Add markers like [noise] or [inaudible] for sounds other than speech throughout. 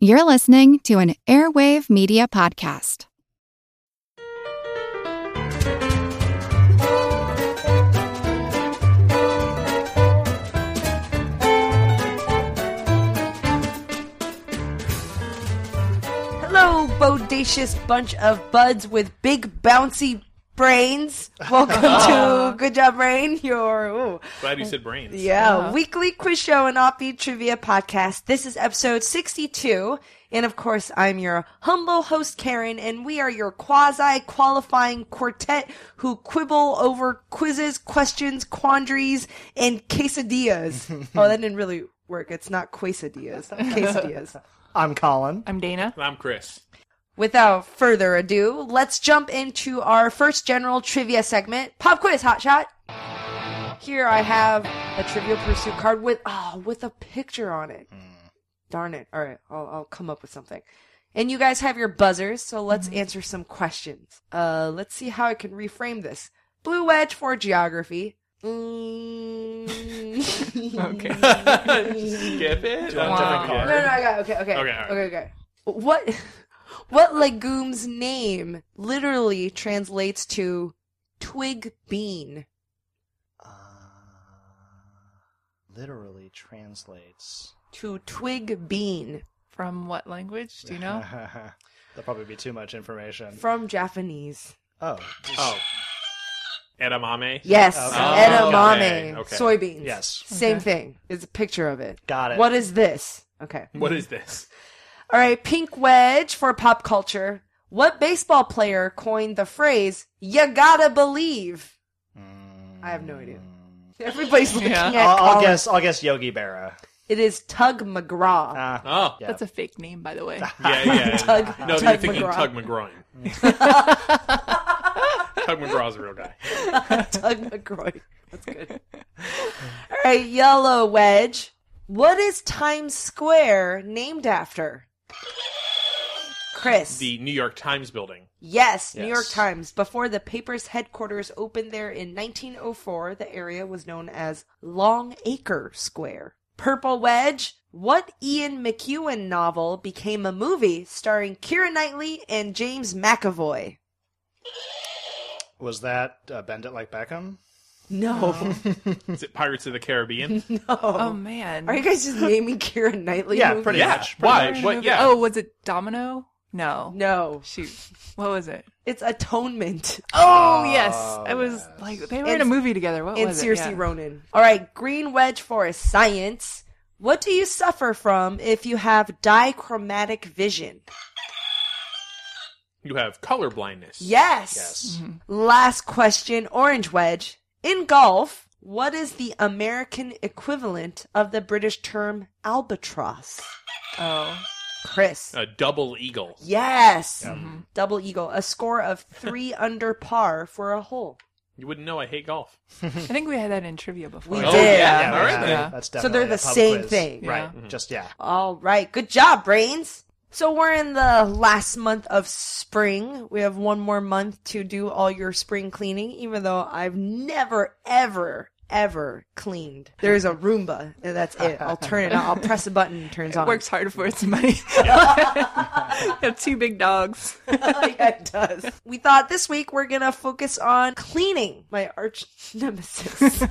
You're listening to an Airwave Media Podcast. Hello, bodacious bunch of buds with big bouncy brains. Welcome to Good Job Brain, your ooh. Glad you said brains. Oh. yeah weekly quiz show and offbeat trivia podcast. This is episode sixty-two, and of course, I'm your humble host Karen, and we are your quasi qualifying quartet who quibble over quizzes, questions, quandaries, and quesadillas. oh, that didn't really work. It's not quesadillas, quesadillas. I'm Colin. I'm Dana. And I'm Chris. Without further ado, let's jump into our first general trivia segment, Pop Quiz Hot Shot. Here I have a Trivial Pursuit card with oh, with a picture on it. Darn it! All right, I'll, I'll come up with something. And you guys have your buzzers, so let's answer some questions. Uh, let's see how I can reframe this. Blue wedge for geography. Mm. Okay. Skip it. Wow. Yeah. No, no, I got okay, okay, Okay, all right. okay, okay. What [laughs] what legume's name literally translates to twig bean? Uh, literally translates. To twig bean From what language? Do you [laughs] know? [laughs] That'll probably be too much information. from Japanese. oh, Oh. Edamame. Yes, Okay. edamame, Okay, okay. soybeans. Oh, Yes. same Okay. thing. It's a picture of it. Got it. What is this? Okay, What is this? all right. Pink wedge for pop culture. What baseball player coined the phrase "You gotta believe"? I have no idea. [laughs] Everybody's looking Yeah. at. Hmm. I'll, I'll Colin. guess. I'll guess Yogi Berra. It is Tug McGraw. Ah, Oh. yeah. That's a fake name, by the [laughs] way. [laughs] Yeah, yeah. Tug- no, you're Tug thinking McGraw. Tug [laughs] McGraw. Tug McGraw's a real guy. [laughs] Tug McGroy. That's good. All right, Yellow Wedge. What is Times Square named after? Chris. The New York Times building. yes, New Yes. York Times. Before the paper's headquarters opened there in 1904, the area was known as Long Acre Square. Purple Wedge. What Ian McEwan novel became a movie starring Kira Knightley and James McAvoy? Was that uh, Bend It Like Beckham? No. Is it Pirates of [laughs] the Caribbean? Oh man. Are you guys [laughs] just naming Kira Knightley? Yeah, movies? pretty yeah. much. pretty Why? much. What? Yeah. Oh, was it Domino? No. No, Shoot. What was it? it's Atonement Oh, yes. I was like, they were in a And- movie together. What and Oh, was it? Circe Yeah. Ronan. All right, Green Wedge for science. What do you suffer from if you have dichromatic vision? You have color blindness. Yes. Yes. Mm-hmm. Last question, Orange Wedge. In golf, what is the American equivalent of the British term albatross? Oh. Chris. Uh, A double eagle. Yes. Mm-hmm. Double eagle, a score of three under par for a hole. You wouldn't know. I hate golf. I think we had that in trivia before. We Oh, did. yeah. Yeah, All right yeah, then. That's So definitely they're the a pub same quiz. thing. Yeah. right? Mm-hmm. Just yeah. All right. Good job, brains. So we're in the last month of spring. We have one more month to do all your spring cleaning, even though I've never, ever, ever cleaned. There's a Roomba, and that's it. I'll turn it on. I'll press a button, it turns on. [laughs] Works hard for its [laughs] [laughs] money. Have two big dogs. yeah, it does. We thought this week we're going to focus on cleaning, my arch nemesis. [laughs]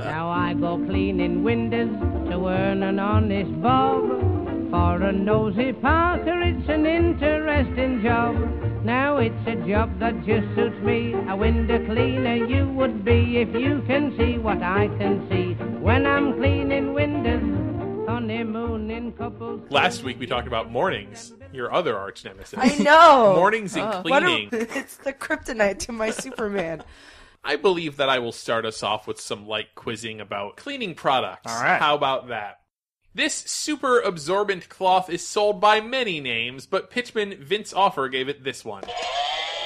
Now I go cleaning windows to earn an honest bob. For a nosy parker, it's an interesting job. Now it's a job that just suits me. A window cleaner you would be if you can see what I can see when I'm cleaning windows. Honeymoon in couples. Last week we talked about mornings. Your other arch nemesis. I know. [laughs] Uh-huh. Mornings and What a- cleaning. it's the kryptonite to my Superman. I believe that I will start us off with some light quizzing about cleaning products. All right. How about that? This super absorbent cloth is sold by many names, but pitchman Vince Offer gave it this one.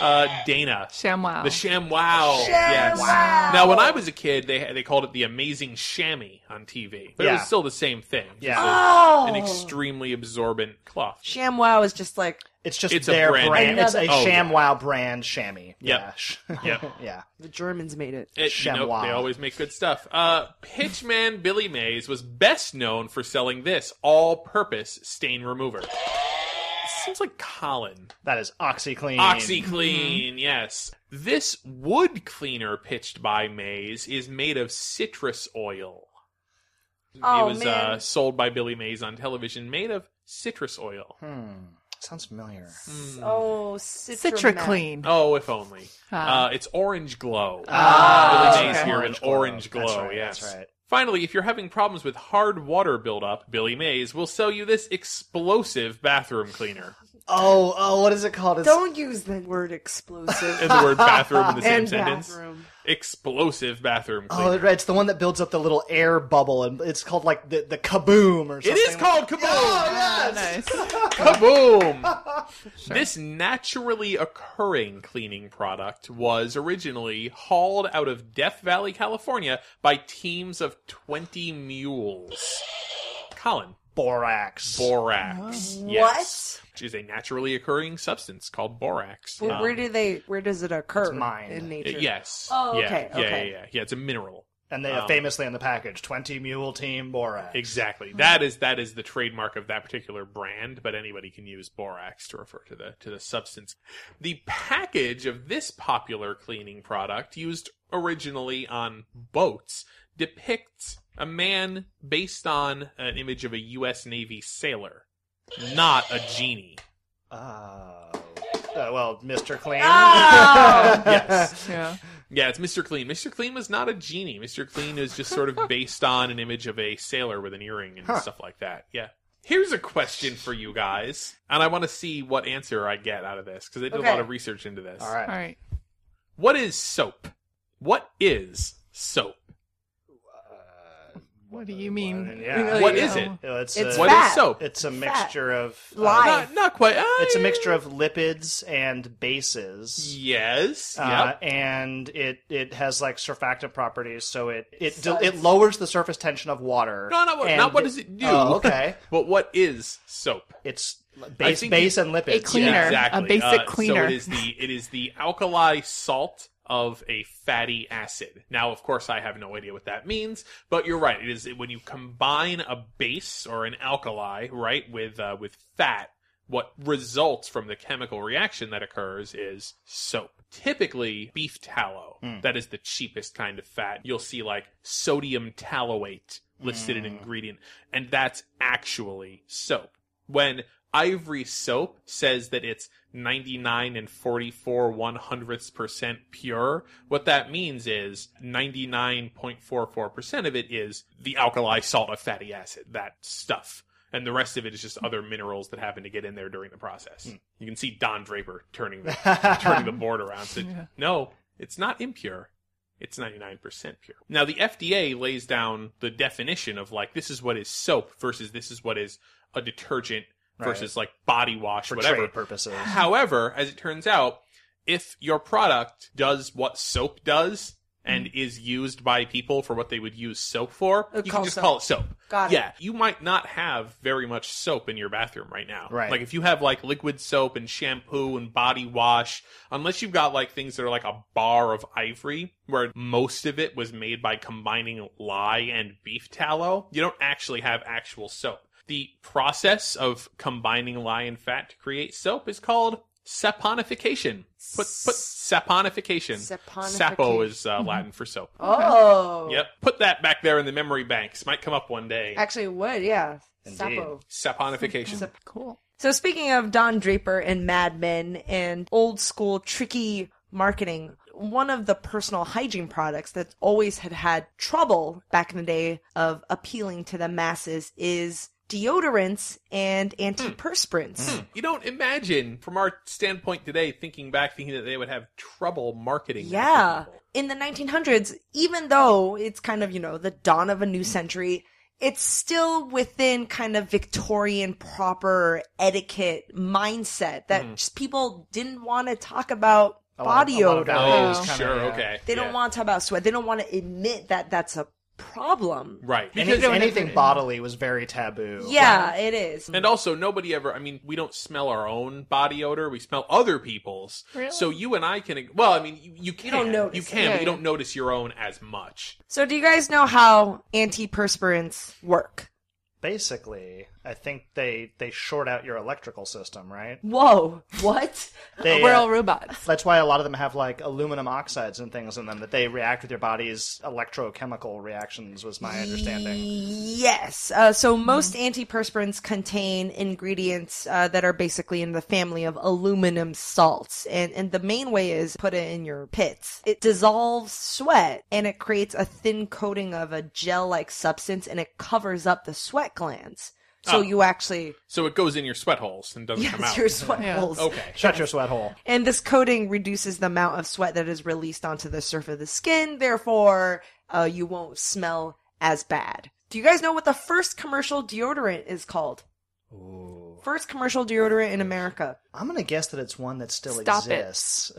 Uh, Dana. ShamWow. The ShamWow. Yes. ShamWow. Now, when I was a kid, they they called it the Amazing Chamois on TV. But it Yeah. was still the same thing. Yeah. An extremely absorbent cloth. ShamWow is just like It's just It's a their brand. It's a Another- Oh, yeah. ShamWow brand chamois. Yeah. sh- Yep. [laughs] yeah. The Germans made it. It, you know, Chamois. they always make good stuff. Uh, Pitchman Billy Mays was best known for selling this all-purpose stain remover. Seems like Colin. That is OxyClean. OxyClean, Mm-hmm. yes. This wood cleaner pitched by Mays is made of citrus oil. Oh, it was man. Uh, sold by Billy Mays on television, made of citrus oil. Hmm. Sounds familiar. Mm. Oh, Citra Citra clean. Oh, if only. Ah. Uh, it's orange glow. Ah, Billy Mays okay. here Orange with orange glow. glow. That's right, yes. that's right. Finally, if you're having problems with hard water buildup, Billy Mays will sell you this explosive bathroom cleaner. Oh, oh, what is it called? It's, Don't use the word And [laughs] explosive the word bathroom [laughs] in the same and sentence. bathroom. Explosive bathroom cleaner. oh, right, it's the one that builds up the little air bubble, and it's called like the the kaboom or something. It is like- called Kaboom! Oh, Ah, yes. nice. Kaboom! [laughs] [laughs] This naturally occurring cleaning product was originally hauled out of Death Valley, California by teams of 20 mules. Colin, Borax. borax. Yes. Which is a naturally occurring substance called borax. Well, Um, where do they? Where does it occur? It's mine. in uh, nature. Yes. Oh, Yeah, okay, Yeah, okay. yeah, yeah, yeah. It's a mineral. And they Um, famously on the package, twenty mule team borax. Exactly. That is that is the trademark of that particular brand, but anybody can use borax to refer to the to the substance. The package of this popular cleaning product used originally on boats depicts a man based on an image of a US Navy sailor, not a genie. Oh. Uh, well, Mr. Clean. Oh! [laughs] Yes. [laughs] Yeah. Yeah, it's Mr. Clean. Mr. Clean was not a genie. Mr. Clean is just sort of based on an image of a sailor with an earring and Huh. stuff like that. Yeah. Here's a question for you guys, and I want to see what answer I get out of this because I did Okay. a lot of research into this. All right. All right. What is soap? What is soap? What do you mean? Yeah. Oh, What Really, is it? um, It's, It's Uh, a, What is fat. soap? it's a mixture of uh, Lye. Not, not quite. Uh, it's a mixture of lipids and bases. Yes. Uh, yep. and it, it has like surfactant properties, so it it del- it lowers the surface tension of water. No, not what- and not what does it do. Oh, okay. But what is soap? [laughs] It's base think base you- and lipids. A cleaner. Yeah. A Exactly. basic Uh, cleaner. So it is the it is the alkali salt of a fatty acid. Now, of course, I have no idea what that means, but you're right. It is when you combine a base or an alkali, right, with uh, with fat. What results from the chemical reaction that occurs is soap. Typically, beef tallow. That is the cheapest kind of fat. You'll see like sodium talloate listed an ingredient, and that's actually soap. When Ivory Soap says that it's 99 and 44 one hundredths percent pure, what that means is 99.44% of it is the alkali salt of fatty acid, that stuff. And the rest of it is just other minerals that happen to get in there during the process. You can see Don Draper turning the, turning the board around. Said, No, it's not impure it's 99% pure. Now, the FDA lays down the definition of like, this is what is soap versus this is what is a detergent versus like body wash, for whatever. trade purposes. However, as it turns out, if your product does what soap does and is used by people for what they would use soap for, Uh, you call can just soap. call it soap. Got it. yeah, you might not have very much soap in your bathroom right now. Right. Like if you have like liquid soap and shampoo and body wash, unless you've got like things that are like a bar of ivory where most of it was made by combining lye and beef tallow, you don't actually have actual soap. The process of combining lye and fat to create soap is called saponification. Put put saponification. Saponification. Sapo is uh, Latin for soap. Oh, Yep. Put that back there in the memory banks. Might come up one day. Actually, it would yeah. Indeed. Sapo. Saponification. Cool. So speaking of Don Draper and Mad Men and old school tricky marketing, one of the personal hygiene products that always had had trouble back in the day of appealing to the masses is deodorants Hmm. and antiperspirants. You don't imagine, from our standpoint today, thinking back, thinking that they would have trouble marketing. them to Yeah. people. In the 1900s, even though it's kind of, you know, the dawn of a new century, it's still within kind of Victorian proper etiquette mindset that just people didn't want to talk about Mm. A lot of- body a lot of odor. values Oh. kinda, Sure. yeah. Okay. They don't Yeah. want to talk about sweat. They don't want to admit that that's a problem. Right. Any- Because, anything bodily was very taboo. Yeah, it is. and also, nobody ever, I mean, we don't smell our own body odor. We smell other people's. So you and I can, well, I mean, you, you can. don't notice You it. can, Yeah, but you yeah. don't notice your own as much. So, do you guys know how antiperspirants work? Basically, I think they they short out your electrical system, [gasps] right? Whoa, what? They, We're uh, all robots. [laughs] that's why a lot of them have like aluminum oxides and things in them that they react with your body's electrochemical reactions. Was my understanding. Yes. Uh, so most antiperspirants contain ingredients uh, that are basically in the family of aluminum salts, and and the main way is put it in your pits. It dissolves sweat and it creates a thin coating of a gel-like substance, and it covers up the sweat glands. So Oh. you actually So it goes in your sweat holes and doesn't come yes, out. your sweat Yeah. holes. Okay. Shut your sweat hole. And this coating reduces the amount of sweat that is released onto the surface of the skin. Therefore, uh, you won't smell as bad. Do you guys know what the first commercial deodorant is called? First commercial deodorant in America. I'm gonna guess that it's one that still Stop it. [laughs] exists.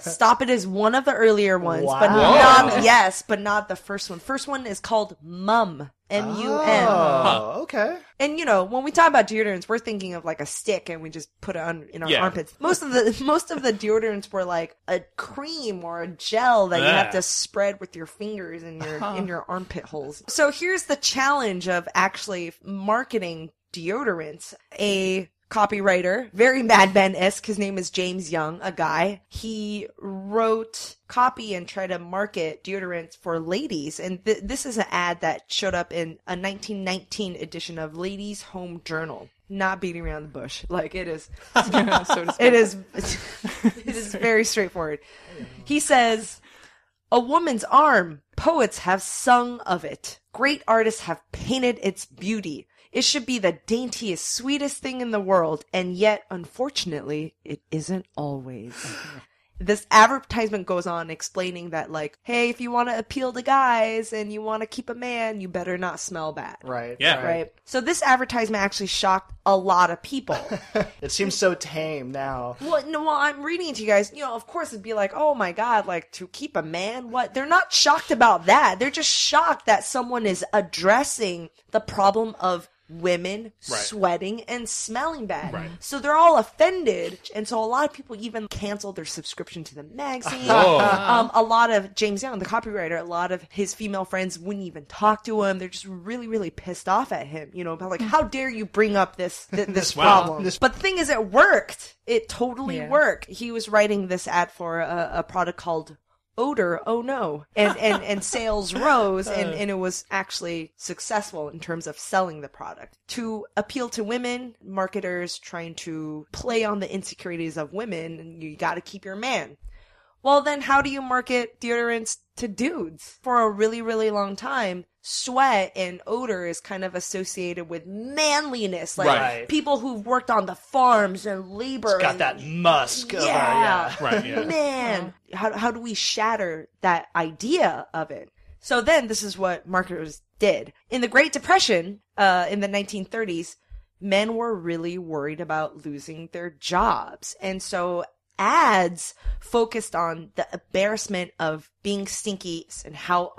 Stop It is one of the earlier ones, but Wow. not yes, but not the first one. First one is called Mum. M U M. Oh, okay. And you know, when we talk about deodorants, we're thinking of like a stick and we just put it on in our Yeah. armpits. Most of the [laughs] most of the deodorants were like a cream or a gel that you Yeah. have to spread with your fingers in your in your armpit holes. So here's the challenge of actually marketing deodorants. A copywriter, very Mad Men esque. His name is James Young, a guy. He wrote copy and tried to market deodorants for ladies. And th- this is an ad that showed up in a 1919 edition of Ladies Home Journal. Not beating around the bush. Like it is, so to speak. it is, [laughs] it is very straightforward. He says, a woman's arm. Poets have sung of it. Great artists have painted its beauty. It should be the daintiest, sweetest thing in the world, and yet, unfortunately, it isn't always. this advertisement goes on explaining that, like, hey, if you want to appeal to guys and you want to keep a man, you better not smell bad. Right. Yeah. Right. So this advertisement actually shocked a lot of people. It seems so tame now. Well, no, well, I'm reading it to you guys. You know, of course, it'd be like, oh my god, like to keep a man. What? They're not shocked about that. They're just shocked that someone is addressing the problem of women Right. sweating and smelling bad. Right. So they're all offended, and so a lot of people even canceled their subscription to the [laughs] magazine. Whoa. Um, a lot of James Young, the copywriter, a lot of his female friends wouldn't even talk to him. They're just really, really pissed off at him. You know, about like, how dare you bring up this th- [laughs] this [laughs] Wow. problem? [laughs] But the thing is, it worked. It totally worked. He was writing this ad for a, a product called odor oh no and and and sales rose and and it was actually successful in terms of selling the product to appeal to women marketers trying to play on the insecurities of women and you got to keep your man well, then how do you market deodorants to dudes? For a really, really long time, sweat and odor is kind of associated with manliness. Like Right. people who've worked on the farms and labor. Got and- that musk. Yeah. Over, yeah. Right, yeah. Man. How, how do we shatter that idea of it? So then this is what marketers did. In the Great Depression, uh, in the 1930s, men were really worried about losing their jobs. And so ads focused on the embarrassment of being stinky and how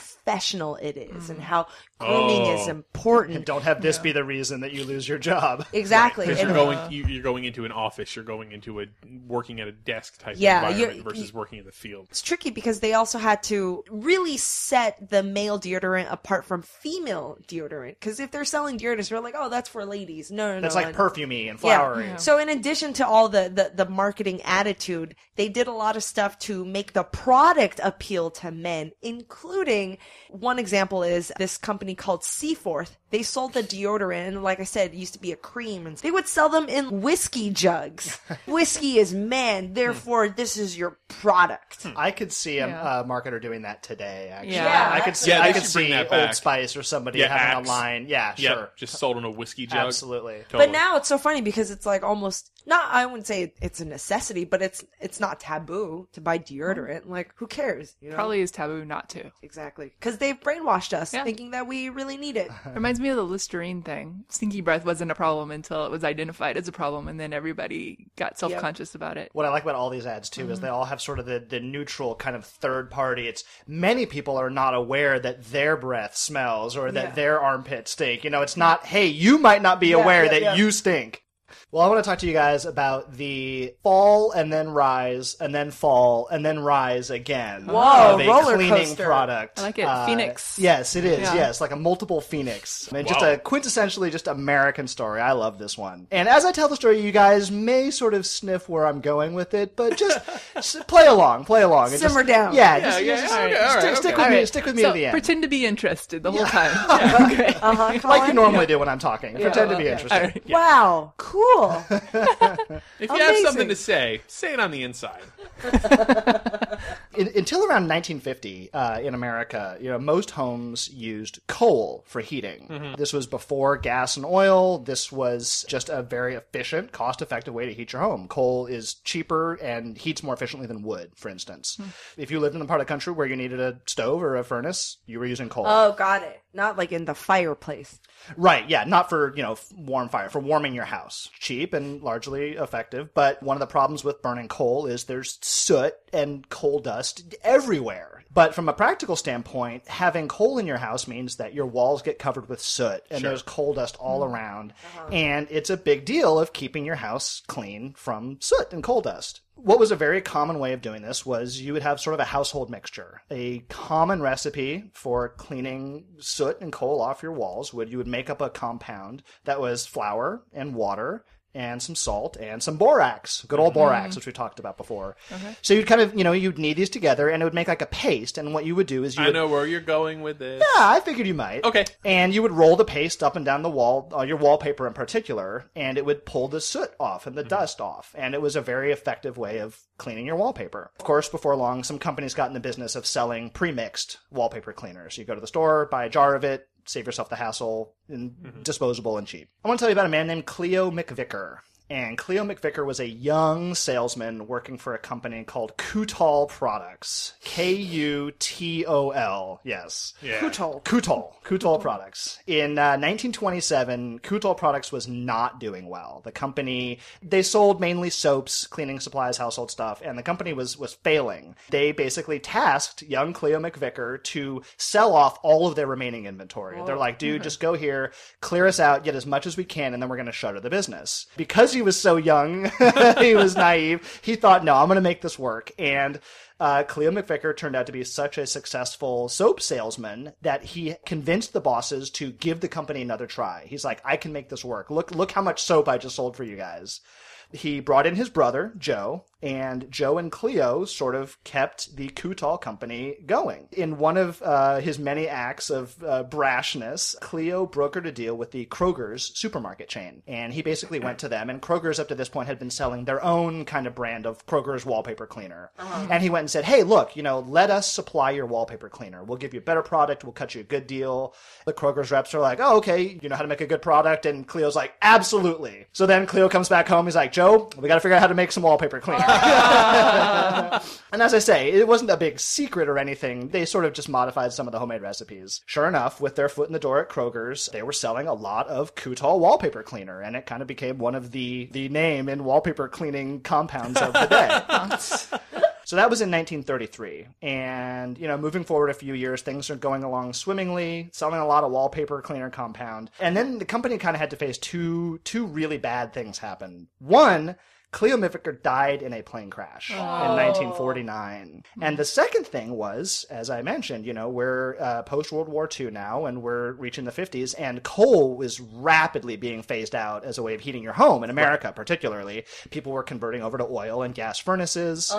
unprofessional it is and how grooming is Mm. Oh. important. And don't have this be the reason that you lose [laughs] your job. Exactly. Because And- you're going, you, you're going into an office. You're going into a working at a desk type Yeah, you're- environment versus working in the field. it's tricky because they also had to really set the male deodorant apart from female deodorant. Because if they're selling deodorants, they're like, oh, that's for ladies. No, no, That's no. like perfumy and Yeah. flowery. So in addition to all the, the the marketing attitude, they did a lot of stuff to make the product appeal to men, including one example is this company called Seaforth. They sold the deodorant, and like I said, it used to be a cream, and they would sell them in whiskey [laughs] jugs. whiskey is man, therefore this is your product. I could see a, a marketer doing that today. Actually, Yeah. Yeah, I could see. Yeah, they I could should bring see that Old back. Spice or somebody Yeah, having Axe. a line. Yeah, Yeah, sure, just sold in a whiskey jug. absolutely. Totally. But now it's so funny because it's like almost Mm-hmm. not. I wouldn't say it- it's a necessity, but it's it's not taboo to buy deodorant. Like who cares? years. You know? Probably is taboo not [laughs] to. Exactly. Because they've brainwashed us Yeah. thinking that we really need it. Reminds me of the Listerine thing. Stinky breath wasn't a problem until it was identified as a problem, and then everybody got self conscious about it. What I like about all these ads too Mm-hmm. is they all have sort of the, the neutral kind of third party. It's many people are not aware that their breath smells or that Yeah. their armpit stink. You know, it's not, hey, you might not be aware yeah, that yeah. you stink. Well, I want to talk to you guys about the fall and then rise and then fall and then rise again. Whoa, of a roller cleaning coaster. product. Uh, I like it. Phoenix. Yes, it is. Yeah. Yes, like a multiple phoenix. I mean, just Wow. a quintessentially just American story. I love this one. And as I tell the story, you guys may sort of sniff where I'm going with it, [laughs] but just s- play along, play along. and Simmer just- down. Yeah, just, yeah, just- yeah, okay, just all right, stick, okay. stick with All me. right. Stick with me So to the end, pretend Oh, to be interested the whole [laughs] time. [laughs] Yeah, okay. Uh-huh, like you Colin? normally do when I'm talking. Pretend to be okay. interested. All right. Wow. Cool. If you have Amazing. something to say, say it on the inside. in, until around 1950 uh, in America, you know, most homes used coal for heating. This was before gas and oil. This was just a very efficient, cost-effective way to heat your home. Coal is cheaper and heats more efficiently than wood, for instance. If you lived in a part of the country where you needed a stove or a furnace, you were using coal. Oh, got it. Not like in the fireplace. Right, yeah, not for, you know, f- warm fire, for warming your house. Cheap and largely effective, but one of the problems with burning coal is there's soot and coal dust everywhere. But from a practical standpoint, having coal in your house means that your walls get covered with soot and there's coal dust all around, and it's a big deal of keeping your house clean from soot and coal dust. What was a very common way of doing this was you would have sort of a household mixture. A common recipe for cleaning soot and coal off your walls would you would make up a compound that was flour and water and some salt and some borax, good old borax, which we talked about before. So you'd kind of, you know, you'd knead these together and it would make like a paste. And what you would do is you I would, know where you're going with this. yeah, I figured you might. Okay. And you would roll the paste up and down the wall, uh, your wallpaper in particular, and it would pull the soot off and the dust off. And it was a very effective way of cleaning your wallpaper. Of course, before long, some companies got in the business of selling premixed wallpaper cleaners. You go to the store, buy a jar of it, save yourself the hassle, and disposable and cheap. I want to tell you about a man named Cleo McVicker. And Cleo McVicker was a young salesman working for a company called Kutol Products. K U T O L. Yes. Yeah. Kutol. Kutol. Products. In uh, 1927, Kutol Products was not doing well. The company they sold mainly soaps, cleaning supplies, household stuff, and the company was was failing. They basically tasked young Cleo McVicker to sell off all of their remaining inventory. They're like, dude, just go here, clear us out, get as much as we can, and then we're going to shutter the business. Because he was so young, [laughs] he was naive. He thought, no, I'm going to make this work, and uh, Cleo McVicker turned out to be such a successful soap salesman that he convinced the bosses to give the company another try. He's like, I can make this work. Look, look how much soap I just sold for you guys. He brought in his brother, Joe, and Joe and Cleo sort of kept the Kutal company going. In one of uh, his many acts of uh, brashness, Cleo brokered a deal with the Kroger's supermarket chain. And he basically went to them, and Kroger's up to this point had been selling their own kind of brand of Kroger's wallpaper cleaner. And he went and said, Hey, look, you know, let us supply your wallpaper cleaner. We'll give you a better product. We'll cut you a good deal. The Kroger's reps are like, Oh, okay, you know how to make a good product. And Cleo's like, Absolutely. So then Cleo comes back home. He's like, Joe, we got to figure out how to make some wallpaper cleaner. And as I say, it wasn't a big secret or anything. They sort of just modified some of the homemade recipes. Sure enough, with their foot in the door at Kroger's, they were selling a lot of Kutal wallpaper cleaner, and it kind of became one of the the name in wallpaper cleaning compounds of the day. So that was in 1933. And, you know, moving forward a few years, things are going along swimmingly, selling a lot of wallpaper cleaner compound. And then the company kind of had to face two two really bad things happen. One, Cleo Mivicker died in a plane crash in 1949. Hmm. And the second thing was, as I mentioned, you know, we're uh, post World War II now and we're reaching the 50s, and coal is rapidly being phased out as a way of heating your home in America, particularly. People were converting over to oil and gas furnaces,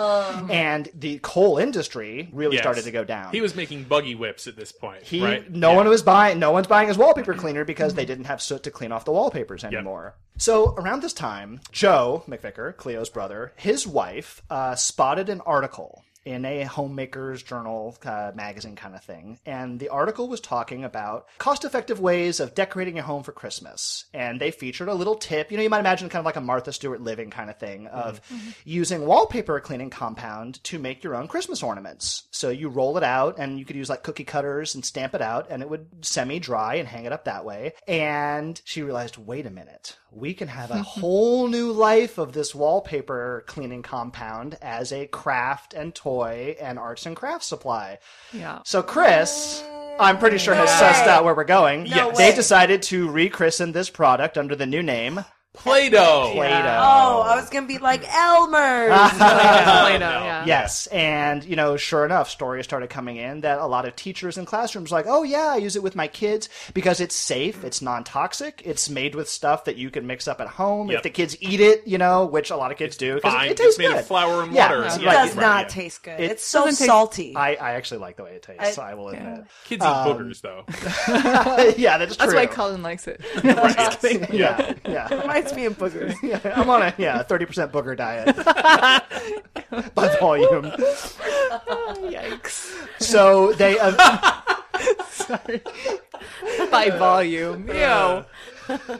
and the coal industry really Oh. Yes. started to go down. He was making buggy whips at this point, He, right? no one was buying, no one's buying his wallpaper cleaner because they didn't have soot to clean off the wallpapers anymore. So around this time, Joe McVicker, Cleo's brother, his wife, uh, spotted an article in a homemaker's journal uh, magazine kind of thing. And the article was talking about cost effective ways of decorating your home for Christmas. And they featured a little tip. You know, you might imagine kind of like a Martha Stewart living kind of thing of using wallpaper cleaning compound to make your own Christmas ornaments. So you roll it out and you could use like cookie cutters and stamp it out and it would semi dry and hang it up that way. And she realized, wait a minute, we can have a whole new life of this wallpaper cleaning compound as a craft and toy and arts and crafts supply. Yeah. So Chris, I'm pretty sure has sussed out where we're going. No Yes. They way. decided to rechristen this product under the new name Play-Doh. [laughs] Play-Doh. Oh, I was gonna be like Elmer's. [laughs] Play-Doh, no. yeah. Yes, and you know, sure enough, stories started coming in that a lot of teachers and classrooms were like, oh yeah, I use it with my kids because it's safe, it's non-toxic, it's made with stuff that you can mix up at home. Yep. If the kids eat it, you know, which a lot of kids do, because Fine. it, it tastes it's made good. of flour and Yeah, water. it Yeah, It you're Right, does right, not yeah. taste good. It it's so doesn't taste- salty. I, I actually like the way it tastes. I- I, will admit. Kids eat Um, boogers [laughs] though. yeah, that's true. That's why Colin likes [laughs] it. No, I'm just kidding. yeah, yeah. Reminds me of boogers. [laughs] I'm on a yeah thirty percent booger diet [laughs] by volume. Yikes. So they uh, By [laughs] volume. Ew.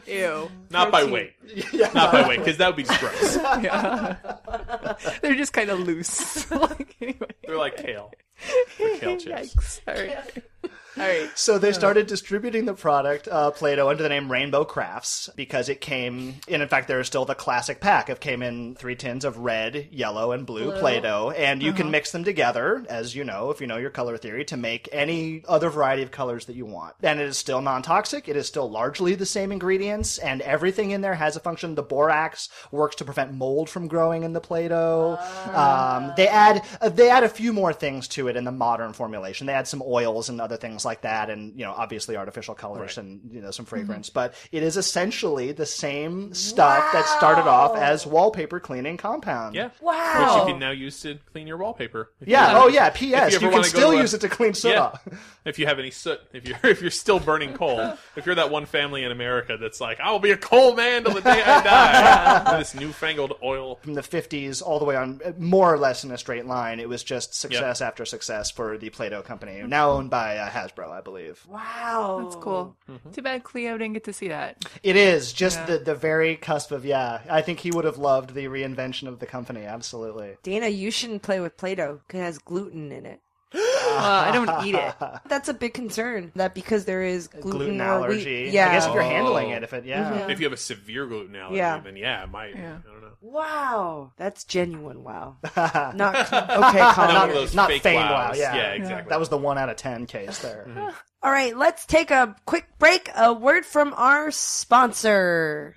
Ew. Not by weight. Not by weight, because that would be just [laughs] gross. Yeah. [laughs] They're just kind of loose. [laughs] like, anyway. They're like kale. [laughs] They're kale Yikes. chips. All [laughs] right. All right. so they started distributing the product uh, Play-Doh under the name Rainbow Crafts because it came and in fact there is still the classic pack. It came in three tins of red, yellow, and blue, Play-Doh, and you can mix them together, as you know, if you know your color theory, to make any other variety of colors that you want. And it is still non-toxic. It is still largely the same ingredients, and everything in there has a function. The borax works to prevent mold from growing in the Play-Doh. Ah. Um, they add uh, they add a few more things to it in the modern formulation. They add some oils and other things like that, and you know, obviously artificial colors and you know some fragrance. Mm-hmm. But it is essentially the same stuff that started off as wallpaper cleaning compound. Yeah. Wow. Which you can now use to clean your wallpaper. if you Yeah. want. Oh, yeah. P.S. If You, you ever can wanna go still to a- use it to clean soda. Yeah. If you have any soot, if you're [laughs] if you're still burning coal, if you're that one family in America that's like, I will be a coal man till the day I [laughs] die. with this newfangled oil. From the 50s all the way on, uh, more or less in a straight line, it was just success after success for the Play-Doh Mm-hmm. company, now owned by uh, Hasbro, I believe. Wow. Oh. That's cool. Mm-hmm. Too bad Cleo didn't get to see [laughs] that. It is just Yeah. the, the very cusp of yeah. I think he would have loved the reinvention of the company. Absolutely. Dana, you shouldn't play with Play-Doh because it has gluten in it. Well, I don't eat [laughs] it. That's a big concern that because there is gluten, Gluten, or wheat- allergy. Yeah. Mm-hmm. I guess if you're Oh. handling it, if it yeah. [laughs] If you have a severe gluten allergy, Yeah. then yeah, it might. Yeah. I don't know. Wow, that's genuine. [laughs] Wow, not okay. Not one Colin. of those Not fake feigned wows. wow, yeah. yeah, exactly. That was the one out of ten case there. All right, let's take a quick break. A word from our sponsor.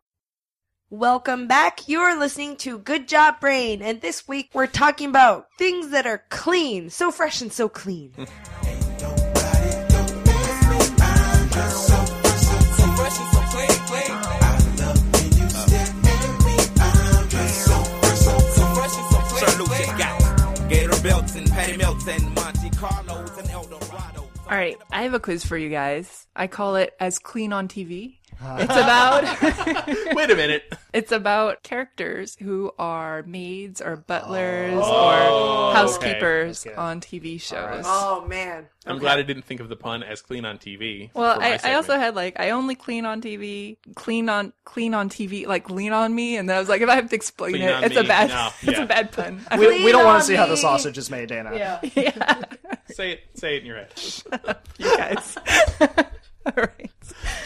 Welcome back. You are listening to Good Job Brain, and this week we're talking about things that are clean, so fresh and so clean. [laughs] All right. I have a quiz for you guys. I call it as clean on TV. Ah. It's about [laughs] Wait a minute. it's about characters who are maids or butlers Oh, or okay. housekeepers That's good. on TV shows. Oh man. I'm glad I didn't think of the pun as clean on TV. Well, for my I, I also segment. had like I only clean on TV, clean on clean on TV, like lean on me, and then I was like, if I have to explain Clean on it, it's me, a bad no, [laughs] it's yeah. a bad pun. We, we Lean don't want on to see how the me. sausage is made, Dana. yeah, say it. Say it in your head. you [laughs] guys. [laughs] All right.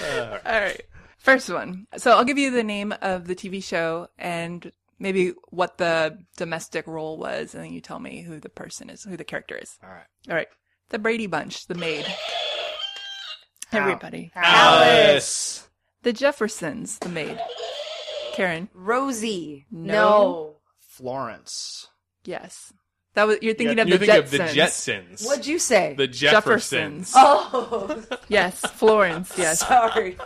Uh, All right. First one. So I'll give you the name of the TV show and maybe what the domestic role was, and then you tell me who the person is, who the character is. All right. All right. The Brady Bunch, the maid. Everybody. Alice. The Jeffersons, the maid. Karen. Rosie. No. No. Florence. Yes. That was you're thinking of You're the thinking Uh, of the Jetsons. Jetsons. What'd you say? the Jeffersons. Jeffersons. [laughs] oh, Yes, Florence. Yes, sorry.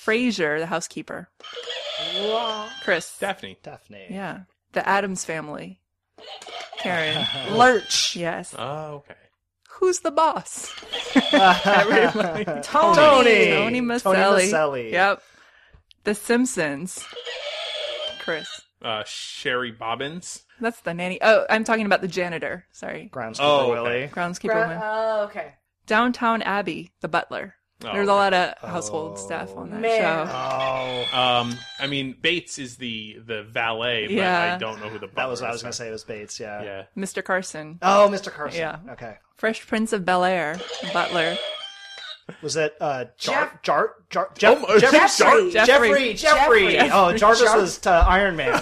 Frasier, the housekeeper. Chris. Daphne. Daphne. Yeah, the Adams family. Karen. Lurch. yes. Oh, okay. Who's the boss? [laughs] [laughs] Tony. Tony. Tony. Tony Maselli. Maselli. Yep. The Simpsons. Chris. Uh, Sherry Bobbins. That's the nanny. Oh, I'm talking about the janitor. Sorry. Groundskeeper Oh, okay. Willie. Groundskeeper. Bra- woman. Oh, okay. Downtown Abbey, the butler. Oh, There's a lot of household Oh. stuff on that Man. show. Oh, Um, I mean Bates is the the valet, but Yeah. I don't know who the that was butler what I was is. gonna say. It was Bates. Yeah. Yeah. Mr. Carson. Oh, Mr. Carson. Yeah. Okay. Fresh Prince of Bel Air, Butler. Was it uh, Jar- Jeff- Jar Jar Jeff- Oh, Jeff- Jeffrey. Jar- Jeffrey. Jeffrey? Jeffrey. Jeffrey. Oh, Jarvis was uh, Iron [laughs] Man.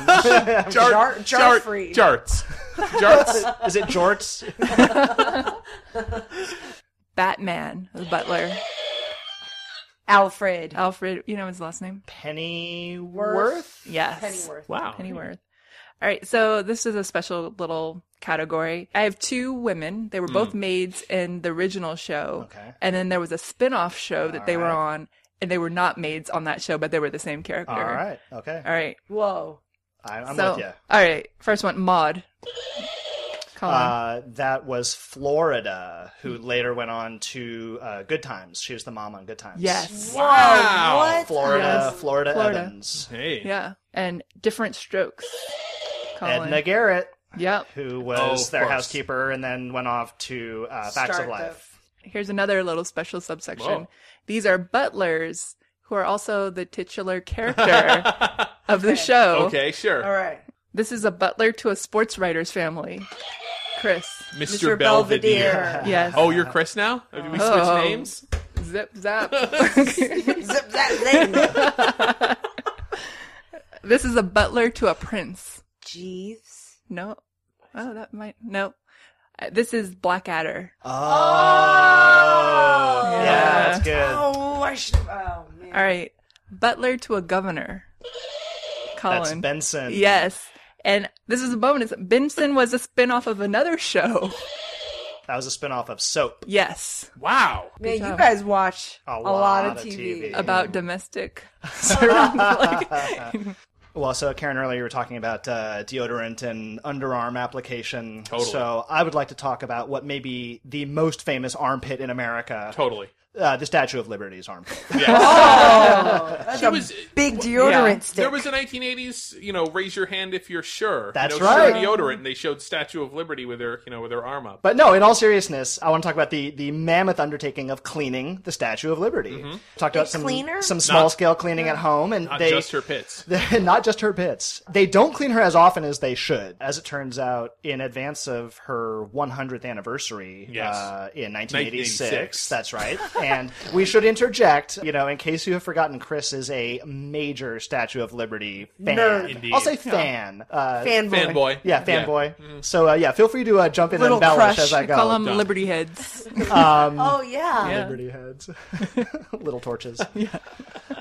Jar- Jart- Jarfrey. Jarts. Jarts. Is it Jorts? Batman, the Butler. Alfred. Alfred, you know his last name? Pennyworth. Yes. Pennyworth. Wow. Pennyworth. All right, so this is a special little category. I have two women. They were both maids in the original show. Mm. Okay. And then there was a spin off show that All they were right. on, and they were not maids on that show, but they were the same character. All right. Okay. All right. Whoa. I, I'm so, with you. All right. First one, Maud. Colin. Uh, that was Florida, who later went on to uh, Good Times. She was the mom on Good Times. yes. Wow. Whoa, what? Florida, Yes. Florida, Florida. Evans, Hey. [laughs] Yeah. And different strokes. Colin. Edna Garrett, Yep. who Oh, was of their course. housekeeper and then went off to uh, Facts Start of Life. Here's another little special subsection. Whoa. These are butlers who are also the titular [laughs] character of the show. okay, sure. All right. This is a butler to a sports writer's family. Chris. Mr. Belvedere. Yes. Oh, you're Chris now? Have we switched Oh. names? Zip [laughs] zap. [laughs] [laughs] Zip that thing. this is a butler to a prince. Jeeves. No. Oh, that might. No. Uh, This is Blackadder. Oh, yeah, that's good. Oh, I should. Oh man. All right. Butler to a governor. Colin. That's Benson. Yes. And this is a bonus. Benson was a spin-off of another show. [laughs] that was a spinoff of Soap. Yes. Wow. Man, you guys watch Oh. a, lot, of TV. TV. About domestic servants. like, Well, so Karen, earlier you were talking about uh, deodorant and underarm application. Totally. So I would like to talk about what may be the most famous armpit in America. [laughs] Totally. Uh, the Statue of Liberty's armpit. Oh. That's She a was big deodorant Yeah. stick. there was a 1980s, you know, raise your hand if you're sure. That's you know, sure right. deodorant, and they showed Statue of Liberty with her, you know, with her arm up. But no, in all seriousness, I want to talk about the, the mammoth undertaking of cleaning the Statue of Liberty. Talked about some cleaner? some small scale cleaning at home, and Mm-hmm. Not they just her pits. They're [laughs] not just her bits. They don't clean her as often as they should. As it turns out, in advance of her 100th anniversary Yes. uh, in 1986, 1986. that's right. and we should interject, you know, in case you have forgotten, Chris is a major Statue of Liberty fan. Nerd. Indeed. I'll say fan. Uh, fanboy. Fanboy. yeah, fanboy. So uh, yeah, feel free to uh, jump in Little and embellish crush. as I go. call them Liberty Heads. Oh yeah. Yeah. Liberty heads, little torches.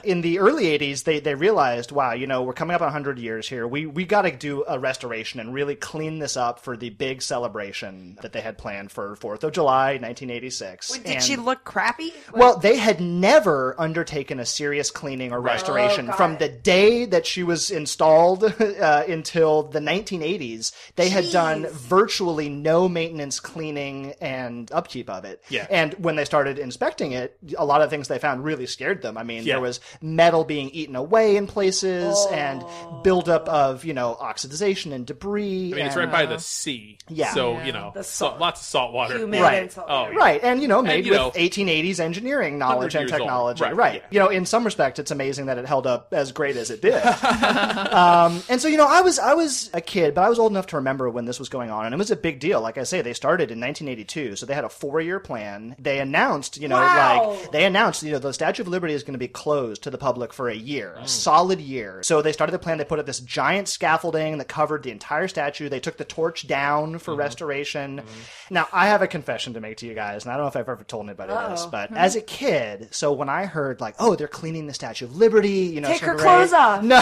In the early '80s, they they realized, wow, you know, we're coming up on 100 years here. We we got to do a restoration and really clean this up for the big celebration that they had planned for Fourth of July, 1986. Wait, And- did she look crappy? well, they had never undertaken a serious cleaning Oh, or restoration got from it. the day that she was installed [laughs] uh, until the 1980s. They had done Jeez. virtually no maintenance, cleaning, and upkeep of it. Yeah. And when they started inspecting it, a lot of things they found really scared them. I mean, Yeah. there was metal being eaten away in places and buildup of you know oxidation and debris. Oh. I mean, it's and- right by the sea. Yeah. So, Yeah. you know, The so- salt. lots of salt water. Humid Right. and salt. Oh, yeah. Right, and you know, made you with know, 1880s engineering knowledge 100 and years old. technology. Right, Right, yeah. You know, in some respects, it's amazing that it held up as great as [laughs] it did. um, and so, you know, I was I was a kid, but I was old enough to remember when this was going on, and it was a big deal. Like I say, they started in 1982, so they had a four year plan. They announced, you know, Wow. like they announced, you know, the Statue of Liberty is going to be closed to the public for a year, a solid year. So they started the plan. They put up this giant scaffolding that covered the entire statue. They took the torch down for restoration. Now, I have a confession to make to you guys, and I don't know if I've ever told anybody this, but Hmm. as a kid, so when I heard like, oh, they're cleaning the Statue of Liberty, you know, Take so her great. clothes off. No,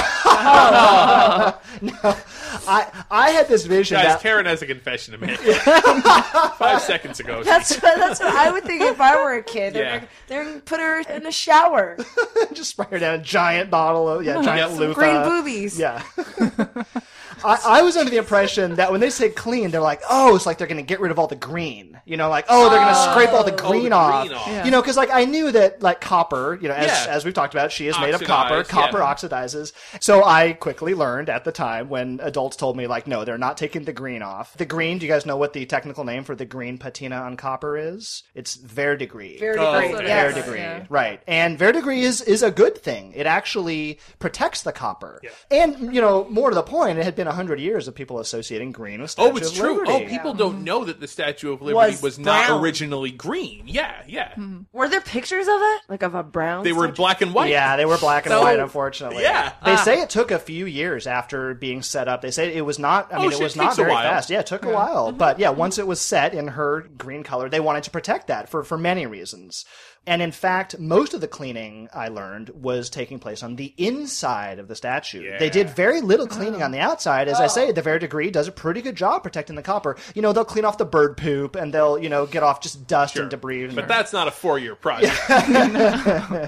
no, I I had this vision Guys, that. Karen has a confession [laughs] to make. Five seconds ago. she- That's what, [laughs] that's what I would think if I were a kid. They're Yeah. like, they're gonna put her in a shower. [laughs] just spray her down a giant bottle of [laughs] yeah, giant loofah. Green boobies. [laughs] Yeah. I, I was under the impression that when they say clean, they're like, oh, it's like they're going to get rid of all the green. You know, like, oh, they're going to scrape all the the green green off. off. Yeah. You know, because like I knew that like copper, you know, as, Yeah. as we've talked about, she is made of Oxidized, copper. yeah. Copper oxidizes. So I quickly learned at the time when adults told me, like, no, they're not taking the green off. The green, do you guys know what the technical name for the green patina on copper is? It's verdigris. Very Oh, green. okay. Yes. Verdigris, Yeah. right? And verdigris is is a good thing. It actually protects the copper, and you know, more to the point, it had been hundred years of people associating green with Statue Oh, it's of true. Liberty. Oh, people don't know that the Statue of Liberty was, Was not brown. Hmm. originally green. Yeah, yeah. Were there pictures of it? Like of a brown? They were in statue? black and white. Yeah, they were black and So- white, unfortunately. Yeah. Uh, They say it took a few years after being set up. They say it was not, I Oh, mean, shit, it was it not takes a very while. fast. Yeah, it took a while. But yeah, once it was set in her green color, they wanted to protect that for, for many reasons. And in fact, most of the cleaning I learned was taking place on the inside of the statue. They did very little cleaning on the outside. As I say, the Verdigris does a pretty good job protecting the copper. You know, they'll clean off the bird poop and they'll, you know, get off just dust and debris. and- But that's not a four year project.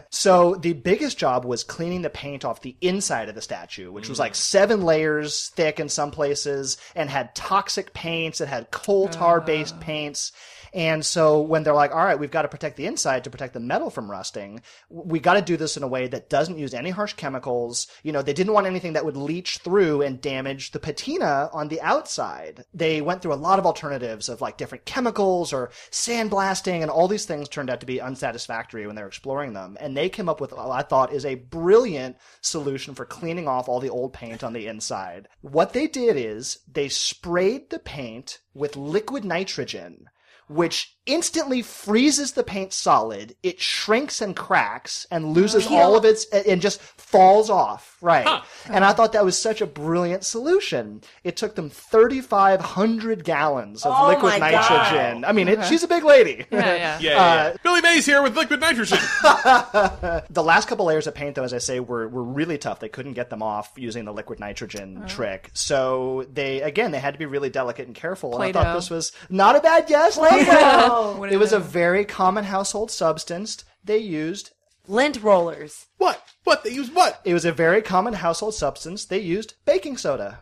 so the biggest job was cleaning the paint off the inside of the statue, which was like seven layers thick in some places and had toxic paints. It had coal tar based paints. And so when they're like, all right, we've got to protect the inside to protect the metal from rusting, w- we got to do this in a way that doesn't use any harsh chemicals. You know, they didn't want anything that would leach through and damage the patina on the outside. They went through a lot of alternatives of like different chemicals or sandblasting and all these things turned out to be unsatisfactory when they were exploring them. And they came up with what I thought is a brilliant solution for cleaning off all the old paint on the inside. What they did is they sprayed the paint with liquid nitrogen which instantly freezes the paint solid. It shrinks and cracks and Mm. loses all of its and just falls off. Right. And I thought that was such a brilliant solution. It took them 3,500 gallons of Oh liquid my nitrogen. I mean, it, she's a big lady. Yeah, [laughs] yeah. [laughs] Yeah, Uh, yeah, yeah. Billy Mays here with liquid nitrogen. the last couple layers of paint, though, as I say, were, were really tough. They couldn't get them off using the liquid nitrogen Oh. trick. So they, again, they had to be really delicate and careful. And I thought Play-Doh. this was not a bad guess. Play-Doh. [laughs] What it is was a it? very common household substance. They used lint rollers. what? What? They use what? it was a very common household substance. They used baking soda.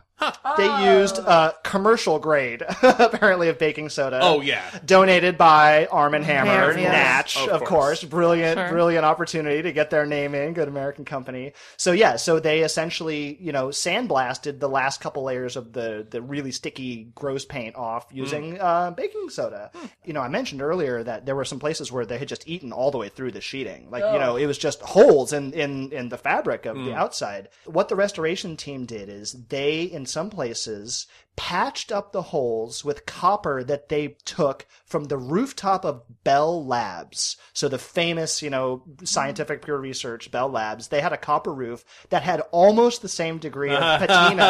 They used Oh. uh, commercial grade, [laughs] apparently, of baking soda. Oh, yeah. Donated by Arm and Hammer, Hammer, yes. Natch, Of of, course. course. Brilliant, brilliant opportunity to get their name in. Good American company. So yeah, so they essentially, you know, sandblasted the last couple layers of the the really sticky, gross paint off using uh, baking soda. You know, I mentioned earlier that there were some places where they had just eaten all the way through the sheeting. Like you know, it was just holes in in in the fabric of the outside. What the restoration team did is they, in some places, patched up the holes with copper that they took from the rooftop of Bell Labs. So the famous, you know, scientific pure research Bell Labs, they had a copper roof that had almost the same degree [laughs] of patina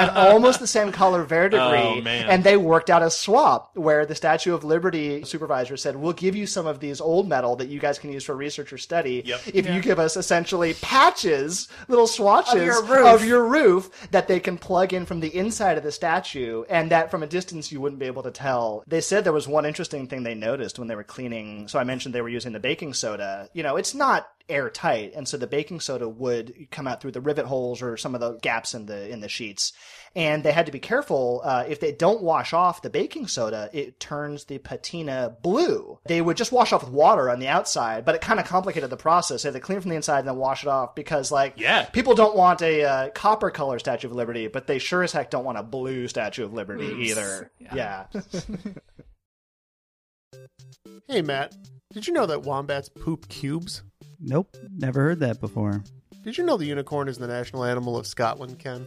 and almost the same color verdigris. Oh, man. And they worked out a swap where the Statue of Liberty supervisor said, "We'll give you some of these old metal that you guys can use for research or study Yep. if you give us essentially patches, little swatches your roof. of your roof that they can plug in from the inside of the statue and that from a distance you wouldn't be able to tell. They said there was one interesting thing they noticed when they were cleaning. So I mentioned they were using the baking soda. You know, it's not airtight and so the baking soda would come out through the rivet holes or some of the gaps in the in the sheets and they had to be careful uh, if they don't wash off the baking soda it turns the patina blue they would just wash off with water on the outside but it kind of complicated the process they had to clean from the inside and then wash it off because like Yeah. people don't want a uh, copper color statue of liberty but they sure as heck don't want a blue statue of liberty either yeah, Hey, Matt, did you know that wombats poop cubes? Nope, never heard that before. Did you know the unicorn is the national animal of Scotland, Ken?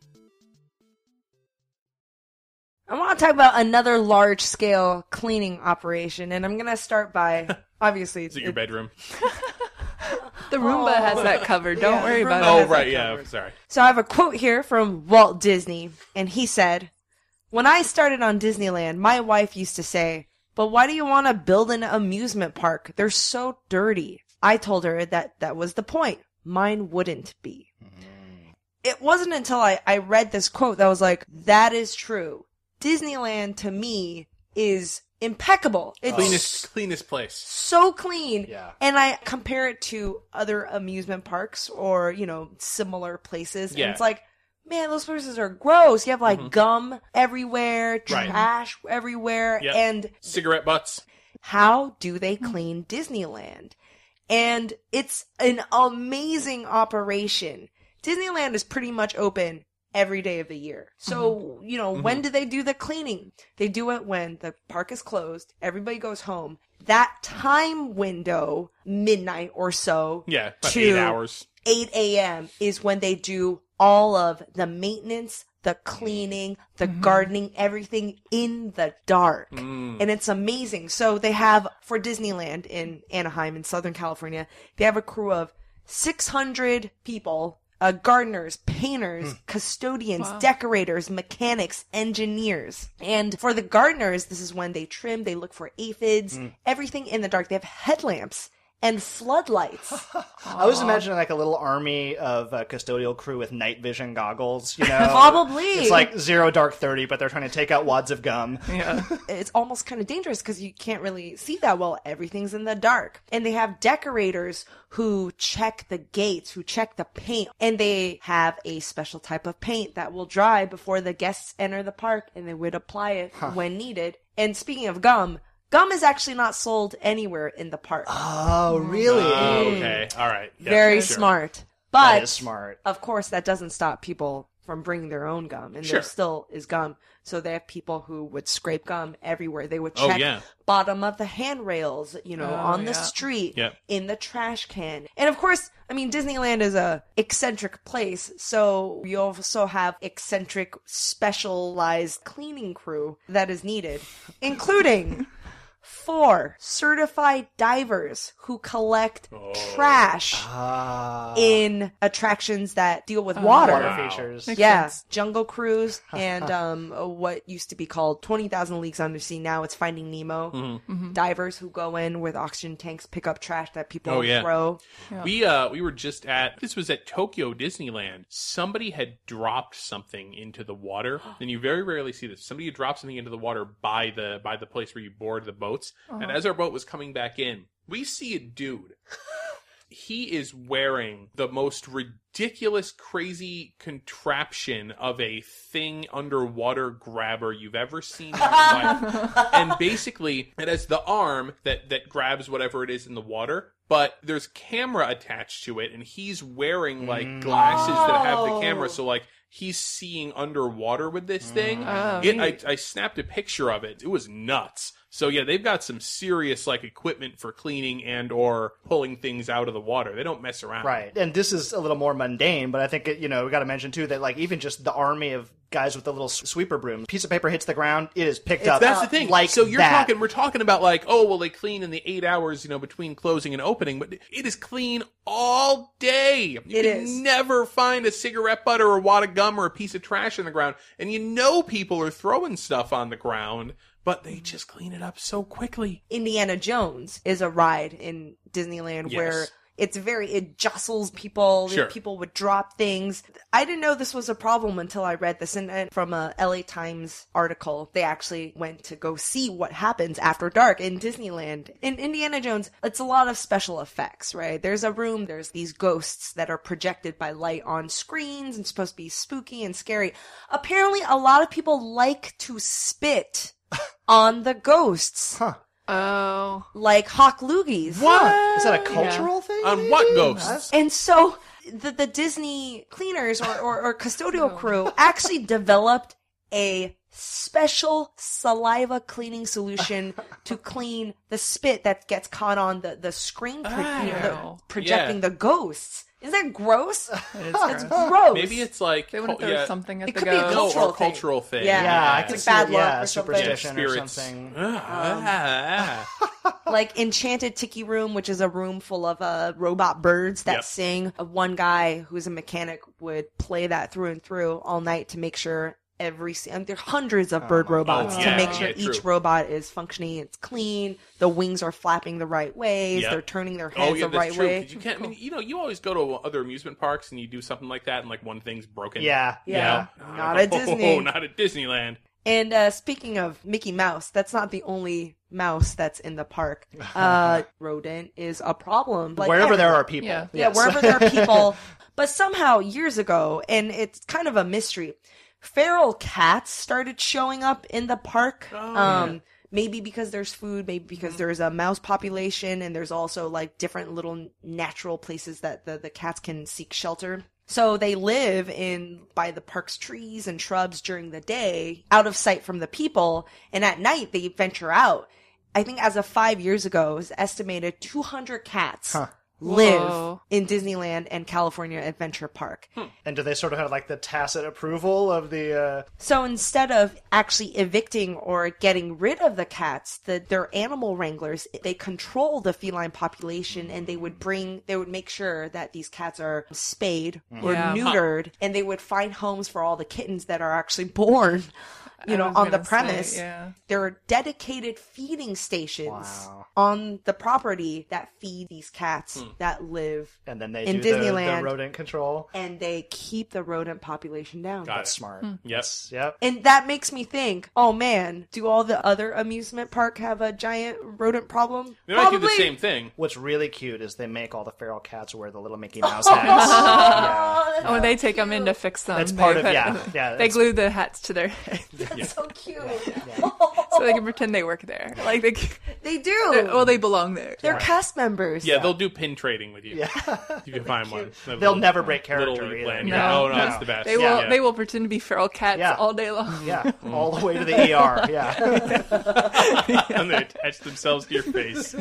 I want to talk about another large scale cleaning operation, and I'm going to start [laughs] by obviously. Is it your bedroom? The Roomba Oh. has that covered. Don't Yeah, worry the about Roomba it. Oh, has right, yeah, sorry. So I have a quote here from Walt Disney, and he said, When I started on Disneyland, my wife used to say, But why do you want to build an amusement park? They're so dirty. I told her that that was the point. Mine wouldn't be. It wasn't until I, I read this quote that I was like, That is true. Disneyland to me is impeccable. It's Cleanest, cleanest place. so clean. Yeah. And I compare it to other amusement parks or, you know, similar places. Yeah. Mm-hmm. And it's like, man, those places are gross. You have like gum everywhere, Right. trash everywhere. Yep. And Cigarette butts. how do they Mm-hmm. clean Disneyland? And it's an amazing operation. Disneyland is pretty much open every day of the year. So, Mm-hmm. you know, when do they do the cleaning? They do it when the park is closed, everybody goes home. That time window, midnight or so, Yeah, about Two. eight hours. 8 a.m. is when they do all of the maintenance, the cleaning, the gardening, everything in the dark. And it's amazing. So they have, for Disneyland in Anaheim in Southern California, they have a crew of 600 people. Uh, gardeners, painters, custodians, decorators, mechanics, engineers. And for the gardeners, this is when they trim, they look for aphids, everything in the dark. They have headlamps and floodlights. I was imagining like a little army of uh, custodial crew with night vision goggles, you know. Probably. It's like zero dark thirty, but they're trying to take out wads of gum. it's almost kind of dangerous because you can't really see that well. Everything's in the dark. And they have decorators who check the gates, who check the paint, and they have a special type of paint that will dry before the guests enter the park and they would apply it when needed. And speaking of gum, gum is actually not sold anywhere in the park. Oh, really? Oh, okay, all right. Yeah, Very sure. smart. that But is smart. of course that doesn't stop people from bringing their own gum and Sure. there still is gum so they have people who would scrape gum everywhere they would Oh, check yeah. bottom of the handrails you know Oh, on the yeah. street Yep. in the trash can and of course i mean disneyland is a eccentric place so you also have eccentric specialized cleaning crew that is needed including four certified divers who collect Oh. trash Ah, in attractions that deal with water. water Wow. features. Oh, Makes Yeah, sense. Jungle Cruise and um, what used to be called 20,000 Leagues Under Sea. Now it's Finding Nemo. Mm-hmm. Mm-hmm. Divers who go in with oxygen tanks, pick up trash that people Oh, yeah. throw. We uh we were just at this was at Tokyo Disneyland. Somebody had dropped something into the water, and you very rarely see this. Somebody had dropped something into the water by the by the place where you board the boats. And as our boat was coming back in, we see a dude. he is wearing the most ridiculous, crazy contraption of a thing underwater grabber you've ever seen in your life and basically it has the arm that that grabs whatever it is in the water but there's camera attached to it, and he's wearing like glasses that have the camera, so like he's seeing underwater with this thing. Oh, it, I, I snapped a picture of it. It was nuts. So yeah, they've got some serious like equipment for cleaning and or pulling things out of the water. They don't mess around. Right. And this is a little more mundane, but I think, it, you know, we got to mention too that, like, even just the army of guys with the little s- sweeper broom, piece of paper hits the ground, it is picked up. That's the thing. Like, so you're that. talking, we're talking about like, oh, well, they clean in the eight hours, you know, between closing and opening, but it is clean all day. You It can is. never find a cigarette butt or a wad of gum or a piece of trash on the ground. And you know, people are throwing stuff on the ground, but they just clean it up so quickly. Indiana Jones is a ride in Disneyland Yes. where it's very it jostles people. Sure. People would drop things. I didn't know this was a problem until I read this, and, and from a LA Times article, they actually went to go see what happens after dark in Disneyland. In Indiana Jones, it's a lot of special effects, right? There's a room. There's these ghosts that are projected by light on screens and supposed to be spooky and scary. Apparently, a lot of people like to [laughs] spit on the ghosts Oh. like hawk loogies. Huh. Is that a cultural thing? On what Mm, That's- ghosts? And so the, the Disney cleaners or, or, or custodial crew actually developed a special saliva cleaning solution to clean the spit that gets caught on the, the screen pro- you know, the- Wow. projecting Yeah. the ghosts. Isn't that gross? [laughs] It's gross. gross. Maybe it's like, They want to oh, throw yeah, something at It the could be a ghost. no, cultural or thing. cultural thing. Yeah. Yeah, I It's can like see bad it, luck yeah, or something. Yeah, superstition or spirits. something. Ah. like enchanted tiki room which is a room full of uh, robot birds that Yep. sing Uh, one guy who's a mechanic would play that through and through all night to make sure every si- and there are hundreds Oh of bird robots yeah, to make sure yeah, each true. robot is functioning it's clean the wings are flapping the right ways Yep. Oh, they're turning their heads the right 'cause way You can't. I mean, you know, you always go to other amusement parks and you do something like that, and like one thing's broken. Yeah. You know? Not at Disney. [laughs] Oh, not at Disneyland. And uh, speaking of Mickey Mouse, that's not the only mouse that's in the [laughs] park. Uh, rodent is a problem. Like wherever there everywhere. are people. Yeah. Yeah, Yes. wherever there are people. But somehow, years ago, and it's kind of a mystery, feral cats started showing up in the park. um, Maybe because there's food, maybe because there's a mouse population, and there's also like different little natural places that the, the cats can seek shelter. So they live in by the park's trees and shrubs during the day, out of sight from the people, and at night they venture out. I think as of five years ago, it was estimated 200 cats live Whoa. in Disneyland and California Adventure Park. [laughs] And do they sort of have like the tacit approval of the? Uh... So instead of actually evicting or getting rid of the cats, the, their animal wranglers, they control the feline population and they would bring, they would make sure that these cats are spayed or Mm. Yeah. neutered and they would find homes for all the kittens that are actually [laughs] born, you know, was on the gonna say, premise. yeah. There are dedicated feeding stations on the property that feed these cats Hmm. that live And then they In do the- Disneyland. the rodent control. and they keep the rodent population down. Got That's it. smart. Hmm. Yes. Yep. And that makes me think, oh man, do all the other amusement park have a giant rodent problem? They might do the same thing. What's really cute is they make all the feral cats wear the [laughs] little Mickey Mouse hats. yeah. Oh, they take them in to fix them. That's They part of- put- [laughs] yeah, yeah, They that's- glue the hats to their heads So cute. so they can pretend they work there. Like they, They they're- do. well, they belong there. They're cast members. Yeah, they'll do pin trading with you. Yeah. If [laughs] you can find one. That [laughs] They'll little- never break Little character either. lanyard. No. Oh, no, it's the best. They will. yeah. They will pretend to be feral cats Yeah. all day long. Yeah, Hmm. all the way to [laughs] the ER. Yeah. [laughs] [laughs] and they attach themselves to your [laughs] face.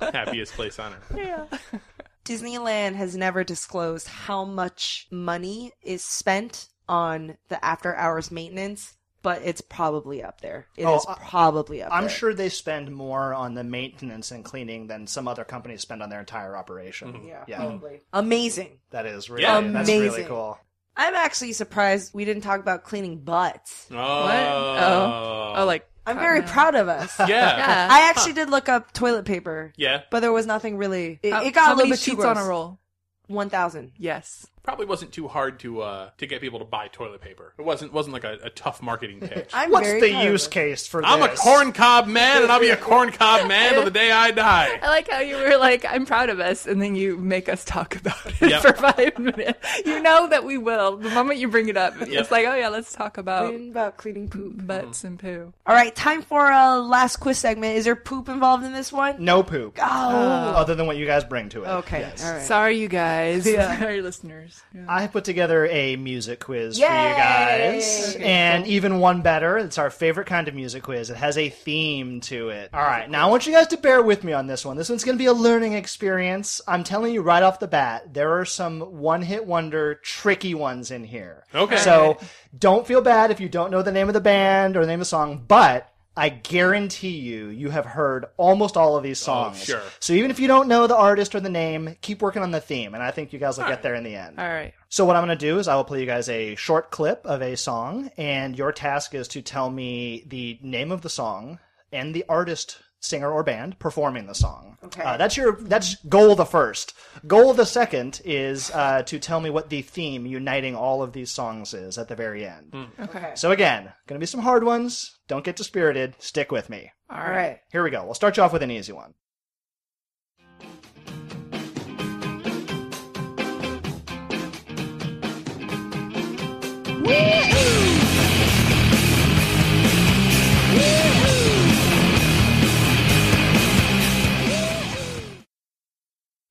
Happiest place on earth. Disneyland has never disclosed how much money is spent on the after hours maintenance, but it's probably up there. It is Oh, I- probably up I'm there. sure they spend more on the maintenance and cleaning than some other companies spend on their entire operation. Yeah, Yeah. probably. Amazing. That is really Mm-hmm. Yeah. that's really Amazing. cool. I'm actually surprised we didn't talk about cleaning butts. [laughs] Oh. What? Oh. Oh, like I'm very proud of us. Yeah. Yeah. yeah. I actually did look up toilet paper, but there was nothing really. It, How- it how got a little many bit too sheets gross. on a roll. One thousand. Yes, probably wasn't too hard to uh, to get people to buy toilet paper. It wasn't wasn't like a, a tough [laughs] marketing pitch. I'm What's very the proud of use it. case for I'm a this? corn cob man, and I'll be a corn cob man [laughs] till the day I die. [laughs] I like how you were like, I'm proud of us, and then you make us talk about it Yep. for five minutes. You know that we will. The moment you bring it up, Yep. it's like, oh yeah, Mm-hmm. let's talk about Clean- about cleaning poop. butts and poo. All right, time for a last quiz segment. Is there poop involved in this one? No poop. Oh. Other than what you guys bring to it. Okay. All right. Sorry, you guys. [laughs] Sorry, listeners. Yeah. I have put together a music quiz Yay! for you guys. Okay, and even one better. It's our favorite kind of music quiz. It has a theme to it. All right. Now, I want you guys to bear with me on this one. This one's going to be a learning experience. I'm telling you right off the bat, there are some one hit wonder tricky ones in here. Okay. So don't feel bad if you don't know the name of the band or the name of the song, but. I guarantee you, you have heard almost all of these songs. Oh, sure. So even if you don't know the artist or the name, keep working on the theme, and I think you guys will get there in the end. All right. So what I'm going to do is I will play you guys a short clip of a song, and your task is to tell me the name of the song and the artist, singer or band performing the song. Okay. Uh, that's your that's goal the first. Goal the second is uh, to tell me what the theme uniting all of these songs is at the very end. Okay. So again, going to be some hard ones. Don't get dispirited. Stick with me. All All right. right. Here we go. We'll start you off with an easy one.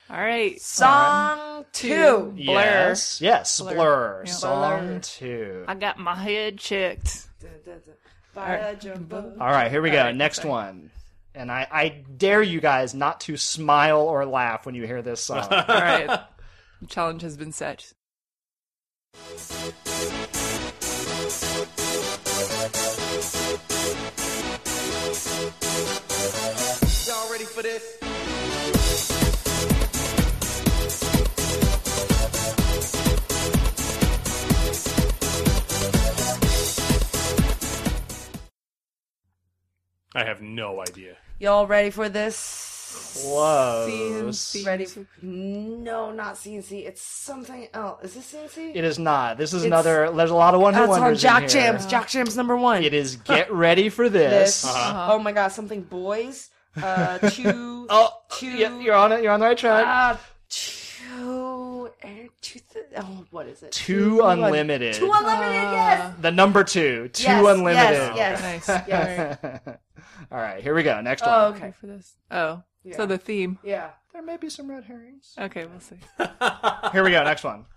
All right. Song two. two. Yes. Yes. Blur. Blur. Yeah. Song Blur. two. I got my head checked. By a jumbo. All right, here we go. right, Next one. And I, I dare you guys not to smile or laugh when you hear this song. All right. The challenge has been set. Y'all ready for this? [laughs] I have no idea. Y'all ready for this? Close. Ready? For... No, not CNC. It's something else. Is this CNC? It is not. This is another. There's a lot of one hit That's Uh, on wonders. in Jock here. Jams. Jock Jams number one. It is Get Ready for This. This. Uh-huh. Oh my god, something boys. [laughs] Uh, two. Oh, two. yeah, you're on it. You're on the right track. Uh, Oh. two and two. Th- oh, what is it? Two un- Unlimited. Two unlimited. yes. the number two. Uh, Two Yes, Unlimited. Yes. Nice. Oh. [laughs] Yes. All right. [laughs] All right, here we go. Next one. Oh, Okay okay. for this. Oh, Yeah. so the theme. Yeah. There may be some red herrings. Okay, we'll see. Here we go. Next one.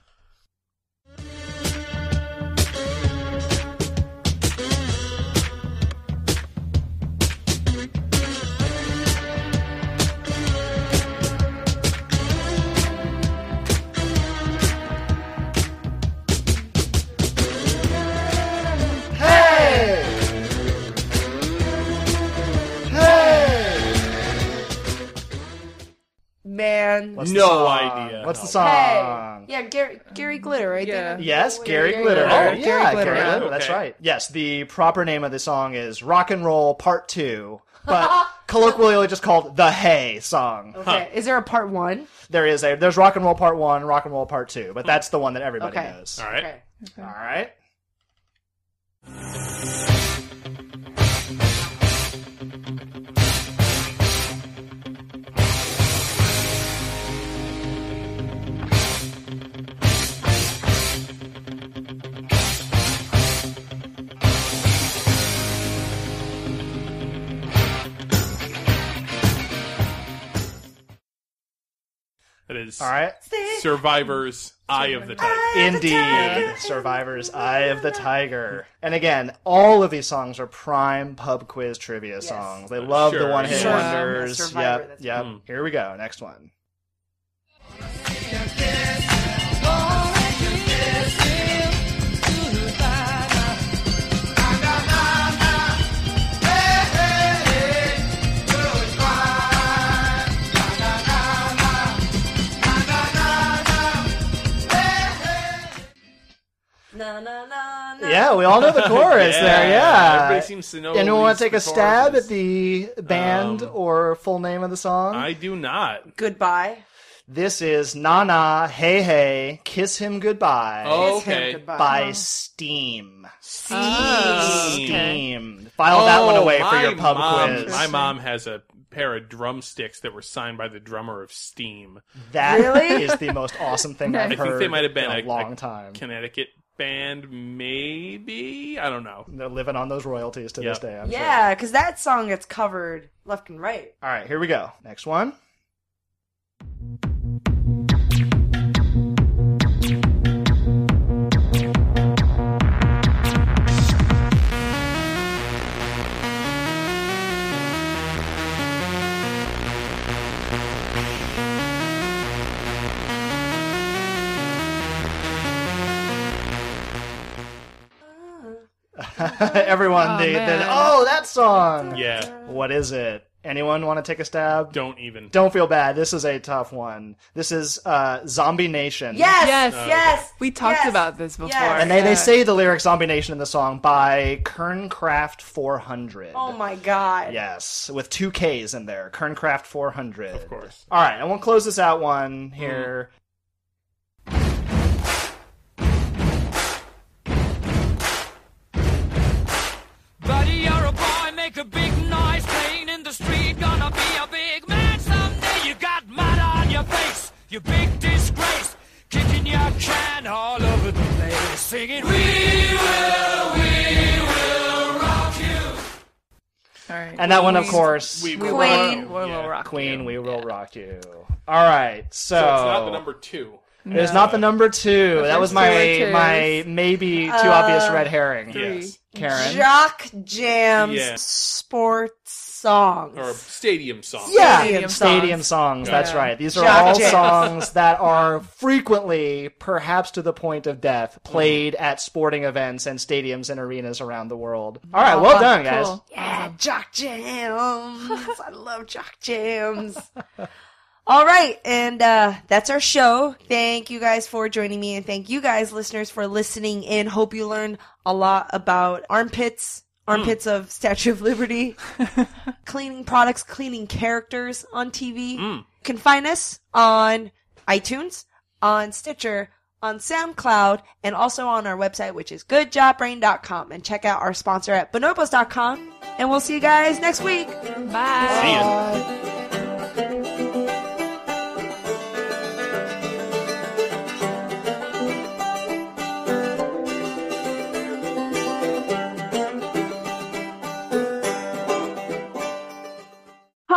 Hey! Hey! Man. What's No the song? idea. What's the No. Hey. song? Yeah, Gary, Gary Glitter right there. Yes, Oh, Gary Glitter. Glitter. Oh, yeah, Gary Glitter. Yeah, That's okay. right. Yes, the proper name of the song is Rock and Roll Part 2, but colloquially just called the Hey song. Okay. Is there a part one? There is a there's Rock and Roll Part 1, Rock and Roll Part 2, but that's the one that everybody Okay. knows. All right. Okay. All right. That is All right. Survivor's Eye of the Tiger. Indeed, Survivor's Eye of the Tiger. And again, all of these songs are prime pub quiz trivia songs. They love Sure, Hmm. the one hit sure. wonders. Yeah, Survivor, yep, that's yep. Here we go. Next one. Na, na, na, na. Yeah, we all know the chorus there. Yeah. Everybody seems to know. Anyone want to take a stab at at the band Um, or full name of the song? I do not. Goodbye. This is Na Na Hey Hey Kiss Him Goodbye Oh, Kiss Him okay. Goodbye. by Steam. Steam. Ah. Oh, okay. File that one Oh, away for your my pub mom- quiz. My mom has a pair of drumsticks that were signed by the drummer of Steam. That Really? is the most awesome [laughs] thing I I've heard think they might have been in a, a, long a time. Connecticut band, maybe. I don't know. They're living on those royalties to this Yep. day. I'm sure. yeah, because that song gets covered left and right. All right, here we go. Next [laughs] one. Everyone, Oh, they, they- man. oh, that song. Yeah, What is it? Anyone want to take a stab? don't even. Don't feel bad. This is a tough one. This is uh, Zombie Nation. Yes, yes, Yes. Uh, yes. We talked Yes. about this before. Yes. And they, they say the lyric Zombie Nation in the song by Kerncraft 400. Oh my god. Yes, with two K's in there. Kerncraft 400. Of course. All right, I won't close this out one here. Buddy, you're a boy, make a big noise playing in the street. Gonna be a big man someday. You got mud on your face, you big disgrace. Kicking your can all over the place, singing, We will, we will rock you. All right. And that one, of course, We We will- Queen. Will, we will Yeah, rock Queen, you. We Will Rock You. All right, so. So it's not the number two. It's not the number two. that was two my or my maybe too obvious red herring. Yes. Karen. Jock Jam's Yeah. sports songs. Or stadium song. yeah. Stadium Stadium songs. songs. That's Yeah. right. These are Jock all jams. songs that are frequently, perhaps to the point of death, played Mm. at sporting events and stadiums and arenas around the world. All right, well done, guys. Mm. Cool. Yeah, Jock Jams. I love Jock Jams. All right, and uh, that's our show. Thank you guys for joining me, and thank you guys, listeners, for listening in. Hope you learned a lot about armpits, Hmm. armpits of Statue of Liberty, cleaning products, cleaning characters on TV. You can find us on iTunes, on Stitcher, on SoundCloud, and also on our website, which is goodjobbrain.com. And check out our sponsor at bonobos.com. And we'll see you guys next week. Bye. See ya.